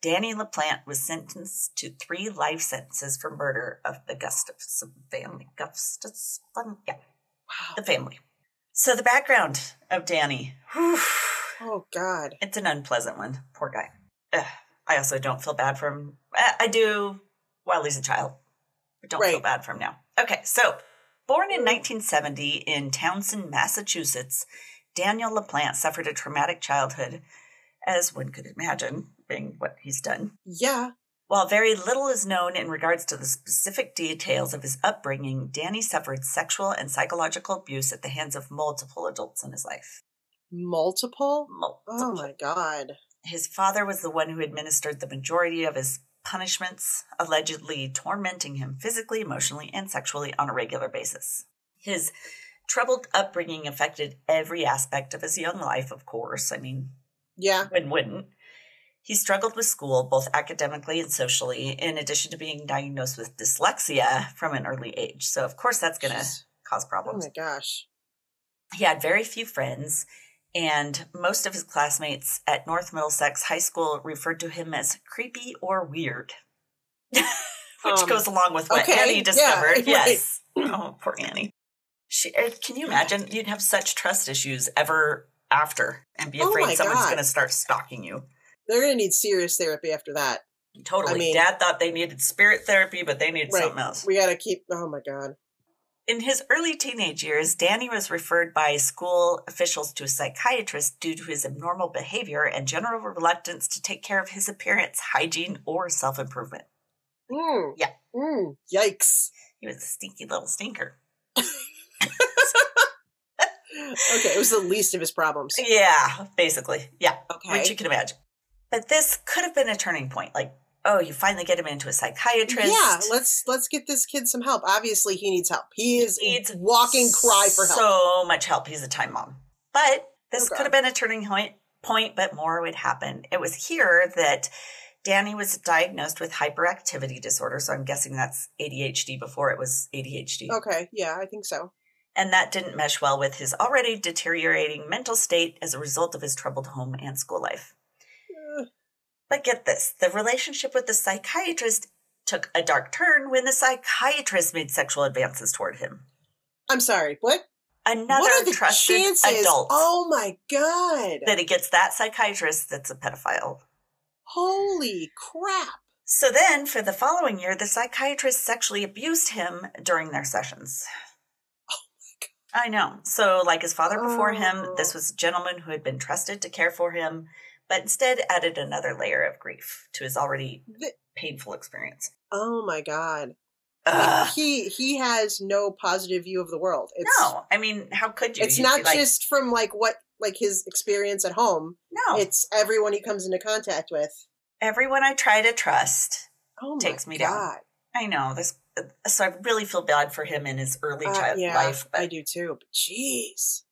Speaker 2: Danny LaPlante was sentenced to three life sentences for murder of the Gustafson family. Gustafson, yeah, the
Speaker 1: Wow.
Speaker 2: family. So the background of Danny. Whew.
Speaker 1: Oh, God.
Speaker 2: It's an unpleasant one. Poor guy. Ugh. I also don't feel bad for him. I, I do while he's a child, but don't feel
Speaker 1: Right.
Speaker 2: bad for him now. Okay, so born in 1970 in Townsend, Massachusetts, Daniel LaPlante suffered a traumatic childhood, as one could imagine, being what he's done.
Speaker 1: Yeah.
Speaker 2: While very little is known in regards to the specific details of his upbringing, Danny suffered sexual and psychological abuse at the hands of multiple adults in his life.
Speaker 1: Multiple.
Speaker 2: Multiple.
Speaker 1: Oh, my God.
Speaker 2: His father was the one who administered the majority of his punishments, allegedly tormenting him physically, emotionally, and sexually on a regular basis. His troubled upbringing affected every aspect of his young life, of course. I mean,
Speaker 1: Yeah.
Speaker 2: when wouldn't? He struggled with school, both academically and socially, in addition to being diagnosed with dyslexia from an early age. So, of course, that's going to
Speaker 1: Jeez.
Speaker 2: cause
Speaker 1: Oh,
Speaker 2: problems
Speaker 1: my gosh.
Speaker 2: he had very few friends and most of his classmates at north middlesex high school referred to him as creepy or weird which
Speaker 1: Um,
Speaker 2: goes along with what
Speaker 1: okay,
Speaker 2: annie
Speaker 1: yeah,
Speaker 2: discovered
Speaker 1: right.
Speaker 2: yes oh poor annie she, uh, can you imagine you'd have such trust issues ever after and be
Speaker 1: Oh
Speaker 2: afraid
Speaker 1: my
Speaker 2: someone's
Speaker 1: God.
Speaker 2: going to start stalking you
Speaker 1: They're going to need serious therapy after that.
Speaker 2: totally
Speaker 1: mean-
Speaker 2: dad thought they needed spirit therapy but they needed
Speaker 1: Right.
Speaker 2: something else
Speaker 1: We got to keep. Oh, my God.
Speaker 2: In his early teenage years, Danny was referred by school officials to a psychiatrist due to his abnormal behavior and general reluctance to take care of his appearance, hygiene, or self improvement.
Speaker 1: Mm.
Speaker 2: Yeah.
Speaker 1: Mm. Yikes.
Speaker 2: He was a stinky little stinker.
Speaker 1: Okay. It was the least of his problems.
Speaker 2: Yeah, basically. Yeah,
Speaker 1: Okay.
Speaker 2: which you can imagine. But this could have been a turning point. Like, oh, you finally get him into a psychiatrist.
Speaker 1: Yeah, let's let's get this kid some help. Obviously, he needs help. He is a walking cry for help.
Speaker 2: So much help. He's a time mom. But this
Speaker 1: Oh, God.
Speaker 2: could have been a turning point, point, but more would happen. It was here that Danny was diagnosed with hyperactivity disorder. So I'm guessing that's ADHD before it was ADHD.
Speaker 1: okay, yeah, I think so.
Speaker 2: And that didn't mesh well with his already deteriorating mental state as a result of his troubled home and school life.
Speaker 1: Ugh.
Speaker 2: But get this the relationship with the psychiatrist took a dark turn when the psychiatrist made sexual advances toward him.
Speaker 1: I'm sorry. What?
Speaker 2: Another
Speaker 1: what are the
Speaker 2: trusted
Speaker 1: chances?
Speaker 2: adult
Speaker 1: Oh my god!
Speaker 2: that he gets that psychiatrist that's a pedophile.
Speaker 1: Holy crap!
Speaker 2: So then, for the following year, the psychiatrist sexually abused him during their sessions. I know. So, like his father before him,
Speaker 1: Oh.
Speaker 2: this was a gentleman who had been trusted to care for him, but instead added another layer of grief to his already
Speaker 1: Th-
Speaker 2: painful experience.
Speaker 1: oh my god!
Speaker 2: Ugh.
Speaker 1: He he has no positive view of the world. It's,
Speaker 2: no, I mean, how could you?
Speaker 1: it's
Speaker 2: You'd
Speaker 1: not
Speaker 2: be like,
Speaker 1: just from like what like his experience at home.
Speaker 2: no.
Speaker 1: It's everyone he comes into contact with.
Speaker 2: Everyone I try to trust.
Speaker 1: Oh my
Speaker 2: Takes me
Speaker 1: god!
Speaker 2: down. I know this. uh, So I really feel bad for him in his early
Speaker 1: Uh,
Speaker 2: child
Speaker 1: yeah,
Speaker 2: life, but
Speaker 1: I do too. But jeez.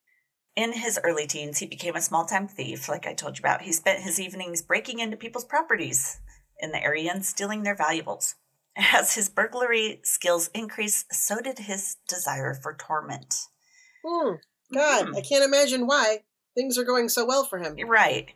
Speaker 2: In his early teens, he became a small time thief, like I told you about. He spent his evenings breaking into people's properties in the area and stealing their valuables. As his burglary skills increased, so did his desire for torment.
Speaker 1: Hmm. God,
Speaker 2: Mhm.
Speaker 1: I can't imagine why things are going so well for him.
Speaker 2: Right.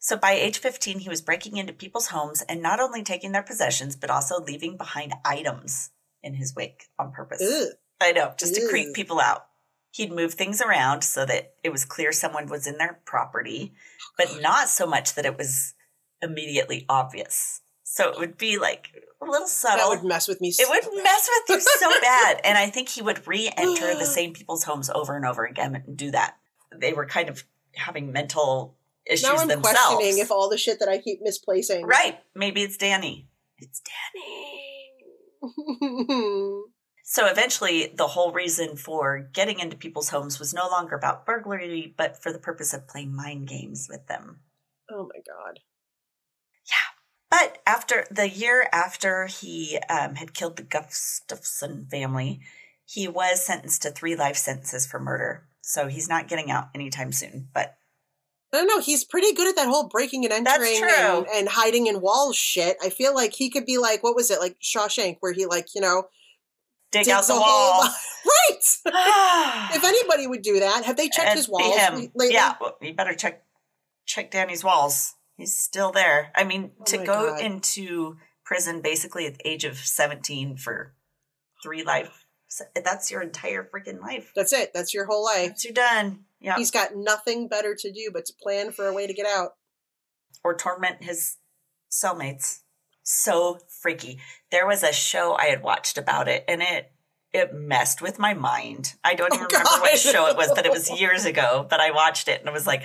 Speaker 2: So by age 15, he was breaking into people's homes and not only taking their possessions, but also leaving behind items in his wake on purpose.
Speaker 1: Ugh.
Speaker 2: I know, just to
Speaker 1: Ew.
Speaker 2: creep people out. He'd move things around so that it was clear someone was in their property, but not so much that it was immediately obvious. So it would be like a little
Speaker 1: That
Speaker 2: subtle.
Speaker 1: would mess with me.
Speaker 2: it
Speaker 1: so
Speaker 2: would
Speaker 1: bad.
Speaker 2: mess with you so bad. And I think he would re enter the same people's homes over and over again and do that. They were kind of having mental issues
Speaker 1: Now I'm
Speaker 2: themselves.
Speaker 1: questioning if all the shit that I keep misplacing.
Speaker 2: right. Maybe it's Danny. It's Danny. So eventually, the whole reason for getting into people's homes was no longer about burglary, but for the purpose of playing mind games with them.
Speaker 1: oh my god.
Speaker 2: But after the year after he um, had killed the Gustafson family, he was sentenced to three life sentences for murder. So he's not getting out anytime soon. But
Speaker 1: I don't know. He's pretty good at that whole breaking and
Speaker 2: That's
Speaker 1: entering
Speaker 2: true.
Speaker 1: and, and hiding in walls shit. I feel like he could be like, what was it, like Shawshank, where he like, you know,
Speaker 2: dig
Speaker 1: Dig
Speaker 2: out the
Speaker 1: the whole
Speaker 2: wall.
Speaker 1: right. If anybody would do that, have they checked
Speaker 2: And
Speaker 1: his
Speaker 2: be
Speaker 1: walls
Speaker 2: him.
Speaker 1: re- lately?
Speaker 2: Yeah, well, you better check check Danny's walls. He's still there. I mean,
Speaker 1: Oh
Speaker 2: to
Speaker 1: my
Speaker 2: go
Speaker 1: God.
Speaker 2: into prison basically at the age of seventeen for three life. se- That's your entire freaking life.
Speaker 1: That's it. That's your whole life.
Speaker 2: Once you're done, yeah,
Speaker 1: He's got nothing better to do but to plan for a way to get out.
Speaker 2: or torment his cellmates. So freaky. There was a show I had watched about it, and it it messed with my mind. I don't
Speaker 1: Oh,
Speaker 2: even remember what
Speaker 1: God.
Speaker 2: show it was, but it was years ago. But I watched it and I was like,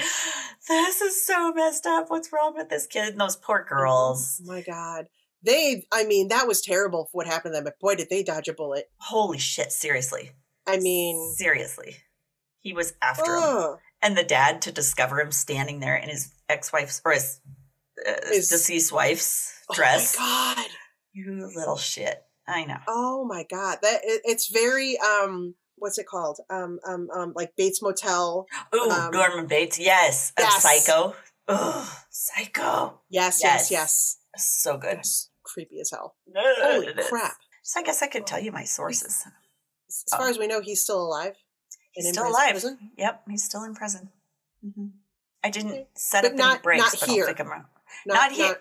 Speaker 2: "This is so messed up. What's wrong with this kid and those poor girls?
Speaker 1: Oh my God. They, I mean, that was terrible what happened to them, but boy, did they dodge a bullet.
Speaker 2: Holy shit! Seriously,
Speaker 1: I mean,
Speaker 2: seriously, he was after him,
Speaker 1: ugh.
Speaker 2: and the dad to discover him standing there in his ex-wife's or his, uh,
Speaker 1: His-
Speaker 2: deceased wife's
Speaker 1: Oh
Speaker 2: dress.
Speaker 1: my God.
Speaker 2: You little shit. I know.
Speaker 1: Oh my God. That it, It's very, um, what's it called? Um, um, um, like Bates Motel.
Speaker 2: Ooh,
Speaker 1: Um,
Speaker 2: Norman Bates. Yes. Of
Speaker 1: yes.
Speaker 2: Psycho. Ugh, Psycho.
Speaker 1: Yes, yes,
Speaker 2: Yes.
Speaker 1: yes.
Speaker 2: So good.
Speaker 1: That's creepy as hell.
Speaker 2: Ugh,
Speaker 1: Holy
Speaker 2: it is.
Speaker 1: crap.
Speaker 2: So I guess I could tell you my sources.
Speaker 1: As as far as we know, he's still alive.
Speaker 2: He's
Speaker 1: in
Speaker 2: Uh, still
Speaker 1: pris-
Speaker 2: alive.
Speaker 1: prison? Mm-hmm.
Speaker 2: Yep, he's still in prison. hmm I didn't
Speaker 1: Okay.
Speaker 2: set
Speaker 1: But
Speaker 2: up
Speaker 1: not-
Speaker 2: any breaks,
Speaker 1: not
Speaker 2: but
Speaker 1: here.
Speaker 2: I'll pick him up. Not here.
Speaker 1: Not,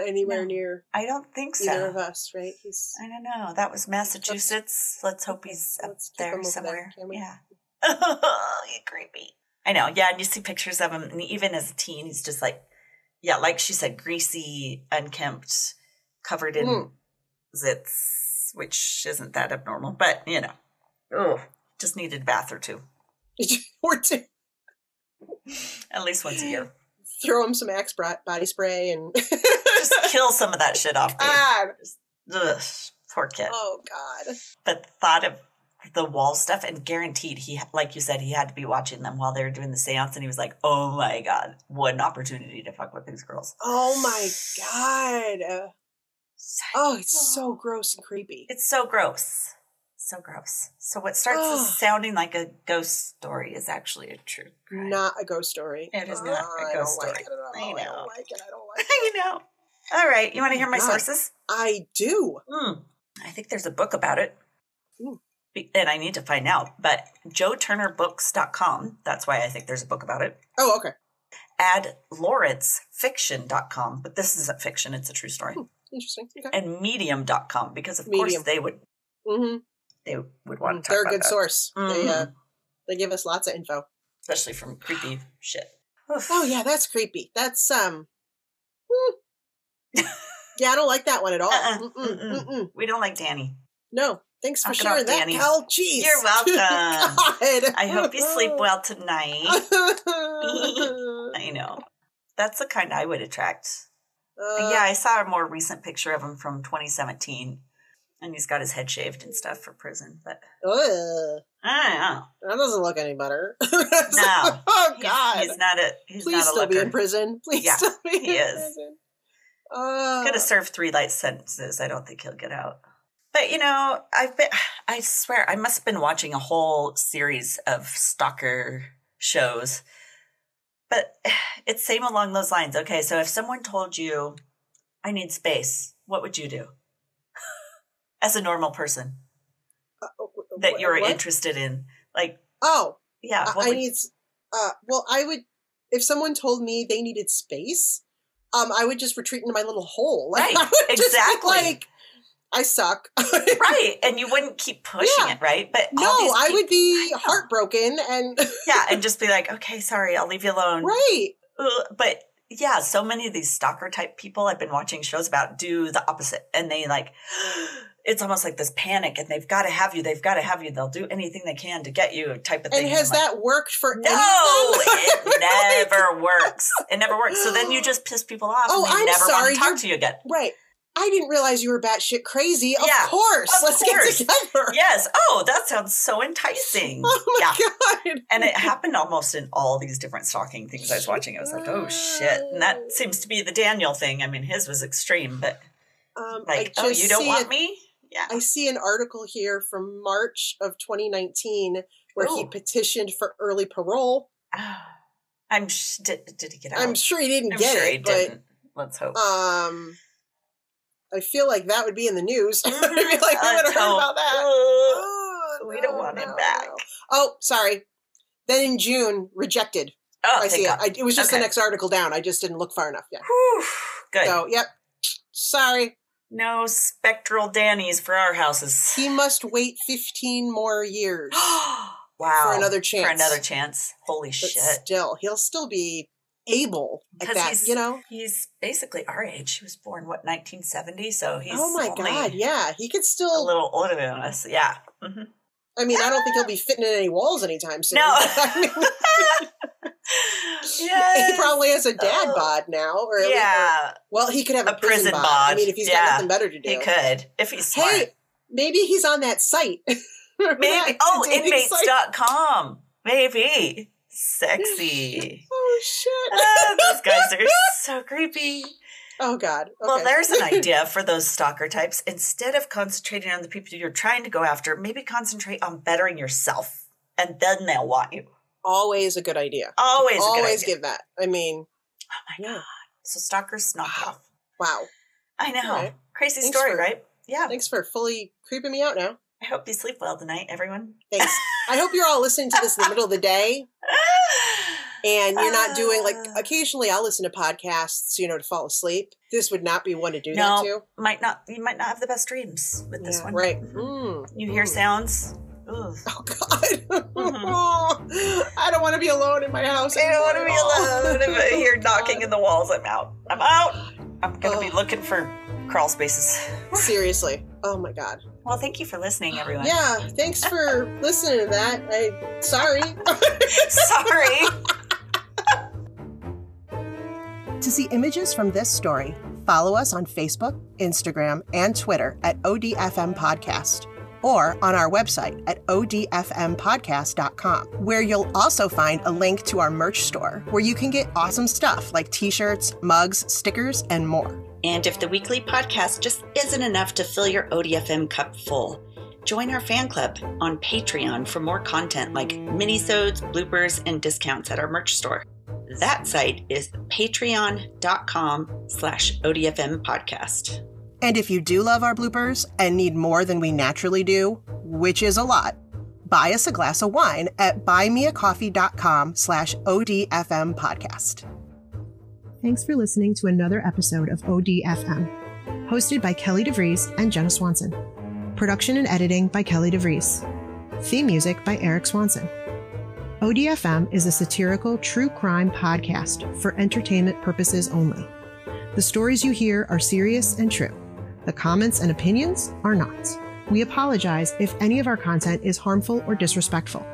Speaker 1: not anywhere
Speaker 2: No.
Speaker 1: near
Speaker 2: I don't think so.
Speaker 1: either of us, right? He's.
Speaker 2: I don't know. That was Massachusetts. Let's hope he's up
Speaker 1: Let's keep him
Speaker 2: there
Speaker 1: over there,
Speaker 2: somewhere.
Speaker 1: can we?
Speaker 2: yeah. You creepy. I know. Yeah, and you see pictures of him, and even as a teen, he's just like, yeah, like she said, greasy, unkempt, covered in
Speaker 1: Mm.
Speaker 2: zits, which isn't that abnormal, but you know, oh, just needed a bath or two,
Speaker 1: or to
Speaker 2: at least once a year.
Speaker 1: throw him some axe bro- body spray and.
Speaker 2: just kill some of that shit off. dude.
Speaker 1: God.
Speaker 2: Ugh, poor kid.
Speaker 1: Ah. Oh God.
Speaker 2: but the thought of the wall stuff and guaranteed he like you said he had to be watching them while they were doing the seance and he was like oh my god what an opportunity to fuck with these girls
Speaker 1: Oh my Oh God. Uh, Oh, it's so gross and creepy.
Speaker 2: It's so gross. So gross. So what starts
Speaker 1: Ugh.
Speaker 2: as sounding like a ghost story is actually a true crime.
Speaker 1: Not a ghost story.
Speaker 2: It is not
Speaker 1: I
Speaker 2: a ghost
Speaker 1: don't
Speaker 2: story. I
Speaker 1: Like it at all. I,
Speaker 2: know.
Speaker 1: don't like it. I don't like it.
Speaker 2: you know. All right. You want to hear my
Speaker 1: Oh God.
Speaker 2: sources?
Speaker 1: I do.
Speaker 2: Hmm. I think there's a book about it.
Speaker 1: Ooh.
Speaker 2: Be- And I need to find out. But joeturnerbooks.com, that's why I think there's a book about it.
Speaker 1: Oh, okay.
Speaker 2: Add lawrencefiction.com, but this isn't fiction, it's a true story.
Speaker 1: Hmm. Interesting. Okay.
Speaker 2: And medium.com, because of
Speaker 1: Medium.
Speaker 2: course they would
Speaker 1: hmm
Speaker 2: they would want to
Speaker 1: Mm-hmm.
Speaker 2: talk
Speaker 1: They're a
Speaker 2: about
Speaker 1: good
Speaker 2: that,
Speaker 1: source. They uh,
Speaker 2: Mhm.
Speaker 1: they give us lots of info.
Speaker 2: especially from creepy shit. Oof.
Speaker 1: Oh yeah, that's creepy. That's um. mm. yeah, I don't like that one at all.
Speaker 2: Uh-uh.
Speaker 1: Mm-mm,
Speaker 2: Mm-mm.
Speaker 1: mm-mm.
Speaker 2: We don't like Danny.
Speaker 1: No, thanks for
Speaker 2: Knock it off,
Speaker 1: sharing that,
Speaker 2: Danny.
Speaker 1: Cal. Jeez,
Speaker 2: You're welcome.
Speaker 1: God.
Speaker 2: I hope you sleep
Speaker 1: Oh.
Speaker 2: well tonight. I know. That's the kind I would attract.
Speaker 1: Uh,
Speaker 2: yeah, I saw a more recent picture of him from 2017, and he's got his head shaved and stuff for prison. But
Speaker 1: ugh,
Speaker 2: I
Speaker 1: that doesn't look any better.
Speaker 2: don't know.
Speaker 1: oh
Speaker 2: No,
Speaker 1: God.
Speaker 2: he's, he's not a he's
Speaker 1: Please
Speaker 2: not a
Speaker 1: still be in
Speaker 2: looker.
Speaker 1: prison. Please
Speaker 2: Yeah,
Speaker 1: still be
Speaker 2: he
Speaker 1: in
Speaker 2: is.
Speaker 1: prison. Uh,
Speaker 2: He's gonna serve three light sentences. I don't think he'll get out. But you know, I've been. I swear, I must have been watching a whole series of stalker shows. But it's same along those lines. Okay, so if someone told you, "I need space," what would you do? As a normal person
Speaker 1: uh, wh-
Speaker 2: that
Speaker 1: wh-
Speaker 2: you're
Speaker 1: what?
Speaker 2: interested in, like
Speaker 1: Oh,
Speaker 2: yeah,
Speaker 1: I-
Speaker 2: what
Speaker 1: I
Speaker 2: would-
Speaker 1: need. s- Uh, well, I would. If someone told me they needed space, um, I would just retreat into my little hole.
Speaker 2: Right,
Speaker 1: I would just be
Speaker 2: exactly.
Speaker 1: like I suck.
Speaker 2: right and you wouldn't keep pushing
Speaker 1: Yeah.
Speaker 2: it right but all
Speaker 1: no,
Speaker 2: these
Speaker 1: Oh, I
Speaker 2: peop-
Speaker 1: would be
Speaker 2: know.
Speaker 1: heartbroken and
Speaker 2: yeah and just be like okay sorry i'll leave you alone
Speaker 1: right.
Speaker 2: Ugh, but yeah so many of these stalker type people i've been watching shows about do the opposite and they like it's almost like this panic and they've got to have you they've got to have you they'll do anything they can to get you type of thing
Speaker 1: And
Speaker 2: I'm
Speaker 1: has
Speaker 2: like,
Speaker 1: that worked for any of
Speaker 2: no
Speaker 1: them?
Speaker 2: it never works it never works so then you just piss people off
Speaker 1: Oh,
Speaker 2: and they
Speaker 1: I'm
Speaker 2: never
Speaker 1: sorry,
Speaker 2: want to talk
Speaker 1: you're-
Speaker 2: to you again
Speaker 1: right. I didn't realize you were batshit crazy. Of
Speaker 2: Yeah,
Speaker 1: course,
Speaker 2: of
Speaker 1: let's
Speaker 2: course.
Speaker 1: get together.
Speaker 2: yes oh that sounds so enticing
Speaker 1: Oh
Speaker 2: yeah
Speaker 1: my god.
Speaker 2: And it happened almost in all these different stalking things I was watching. I was like, oh shit. And that seems to be the Daniel thing. I mean, his was extreme, but
Speaker 1: Um, I
Speaker 2: like, oh,
Speaker 1: just
Speaker 2: you don't
Speaker 1: see
Speaker 2: want
Speaker 1: it-
Speaker 2: me? Yeah.
Speaker 1: I see an article here from March of 2019 where he
Speaker 2: Oh.
Speaker 1: petitioned for early parole.
Speaker 2: I'm sh- did, did he get out?
Speaker 1: I'm sure he didn't
Speaker 2: Oh, I'm
Speaker 1: get
Speaker 2: sure
Speaker 1: it,
Speaker 2: he
Speaker 1: but
Speaker 2: didn't. Let's hope.
Speaker 1: um, I feel like that would be in the news. I feel like we would have
Speaker 2: Let's
Speaker 1: heard
Speaker 2: hope.
Speaker 1: about that.
Speaker 2: Ugh.
Speaker 1: Oh,
Speaker 2: we don't
Speaker 1: no,
Speaker 2: want him
Speaker 1: no,
Speaker 2: back.
Speaker 1: no. Oh, sorry. Then in June, rejected.
Speaker 2: Oh,
Speaker 1: I
Speaker 2: thank
Speaker 1: see it.
Speaker 2: God.
Speaker 1: I, it was just the
Speaker 2: Okay.
Speaker 1: next article down. I just didn't look far enough. Yeah.
Speaker 2: Whew. Good.
Speaker 1: So, yep. Sorry.
Speaker 2: No spectral Dannies for our houses.
Speaker 1: He must wait 15 more years
Speaker 2: wow.
Speaker 1: for another chance.
Speaker 2: For another chance. Holy
Speaker 1: But
Speaker 2: shit.
Speaker 1: still, he'll still be able at
Speaker 2: 'Cause
Speaker 1: that,
Speaker 2: he's-
Speaker 1: you know? Oh
Speaker 2: He's basically our age. He was born, what, 1970? So he's
Speaker 1: oh my
Speaker 2: only
Speaker 1: God. Yeah. He could
Speaker 2: a
Speaker 1: still,
Speaker 2: little older than us. Yeah. hmm
Speaker 1: I mean, I don't think he'll be fitting in any walls anytime soon.
Speaker 2: No.
Speaker 1: I mean, he
Speaker 2: Yes.
Speaker 1: probably has a dad
Speaker 2: Oh.
Speaker 1: bod now. Or at least-
Speaker 2: yeah,
Speaker 1: well, he could have a,
Speaker 2: A prison
Speaker 1: bod. I
Speaker 2: bod,
Speaker 1: mean, if he's
Speaker 2: yeah.
Speaker 1: got nothing better to do.
Speaker 2: he could if he's smart.
Speaker 1: Hey, maybe he's on that site.
Speaker 2: Maybe. Oh,
Speaker 1: Dating site.
Speaker 2: inmates.com. Maybe. Sexy.
Speaker 1: Oh shit!
Speaker 2: Ah, those guys are so creepy.
Speaker 1: Oh god.
Speaker 2: Well,
Speaker 1: Okay.
Speaker 2: there's an idea for those stalker types. Instead of concentrating on the people you're trying to go after, maybe concentrate on bettering yourself, and then they'll want you.
Speaker 1: always a good idea.
Speaker 2: Always, a good
Speaker 1: always
Speaker 2: idea.
Speaker 1: give that. I mean,
Speaker 2: Oh my
Speaker 1: Yeah.
Speaker 2: god! So stalkers knock off.
Speaker 1: wow.
Speaker 2: I know.
Speaker 1: Alright.
Speaker 2: Crazy
Speaker 1: Thanks
Speaker 2: story,
Speaker 1: for-
Speaker 2: right? Yeah.
Speaker 1: Thanks for fully creeping me out now.
Speaker 2: I hope you sleep well tonight, everyone.
Speaker 1: Thanks. I hope you're all listening to this in the middle of the day and you're not doing like
Speaker 2: Ah.
Speaker 1: occasionally I'll listen to podcasts, you know, to fall asleep. This would not be one to do
Speaker 2: No.
Speaker 1: that to.
Speaker 2: might not you might not have the best dreams with this
Speaker 1: Yeah,
Speaker 2: one.
Speaker 1: Right. Mm.
Speaker 2: You hear
Speaker 1: Mm.
Speaker 2: sounds. Ugh.
Speaker 1: Oh god. I don't want to be alone in my house.
Speaker 2: Mm-hmm. I don't want to
Speaker 1: anymore
Speaker 2: be
Speaker 1: at all.
Speaker 2: alone. If I hear
Speaker 1: God.
Speaker 2: knocking in the walls, I'm out. I'm out. I'm gonna be
Speaker 1: Ugh.
Speaker 2: looking for crawl spaces.
Speaker 1: Seriously. Oh my god.
Speaker 2: Well, thank you for listening, everyone.
Speaker 1: Yeah, thanks for listening to that. I sorry.
Speaker 2: Sorry.
Speaker 1: to see images from this story, follow us on Facebook, Instagram, and Twitter at ODFM Podcast or on our website at odfmpodcast.com where you'll also find a link to our merch store where you can get awesome stuff like t-shirts, mugs, stickers, and more.
Speaker 2: And if the weekly podcast just isn't enough to fill your ODFM cup full, join our fan club on Patreon for more content like minisodes, bloopers, and discounts at our merch store. That site is patreon.com slash ODFM podcast.
Speaker 1: And if you do love our bloopers and need more than we naturally do, which is a lot, buy us a glass of wine at buymeacoffee.com slash ODFM podcast. Thanks for listening to another episode of ODFM, hosted by Kelly DeVries and Jenna Swanson. Production and editing by Kelly DeVries. Theme music by Eric Swanson. ODFM is a satirical true crime podcast for entertainment purposes only. The stories you hear are serious and true. The comments and opinions are not. We apologize if any of our content is harmful or disrespectful.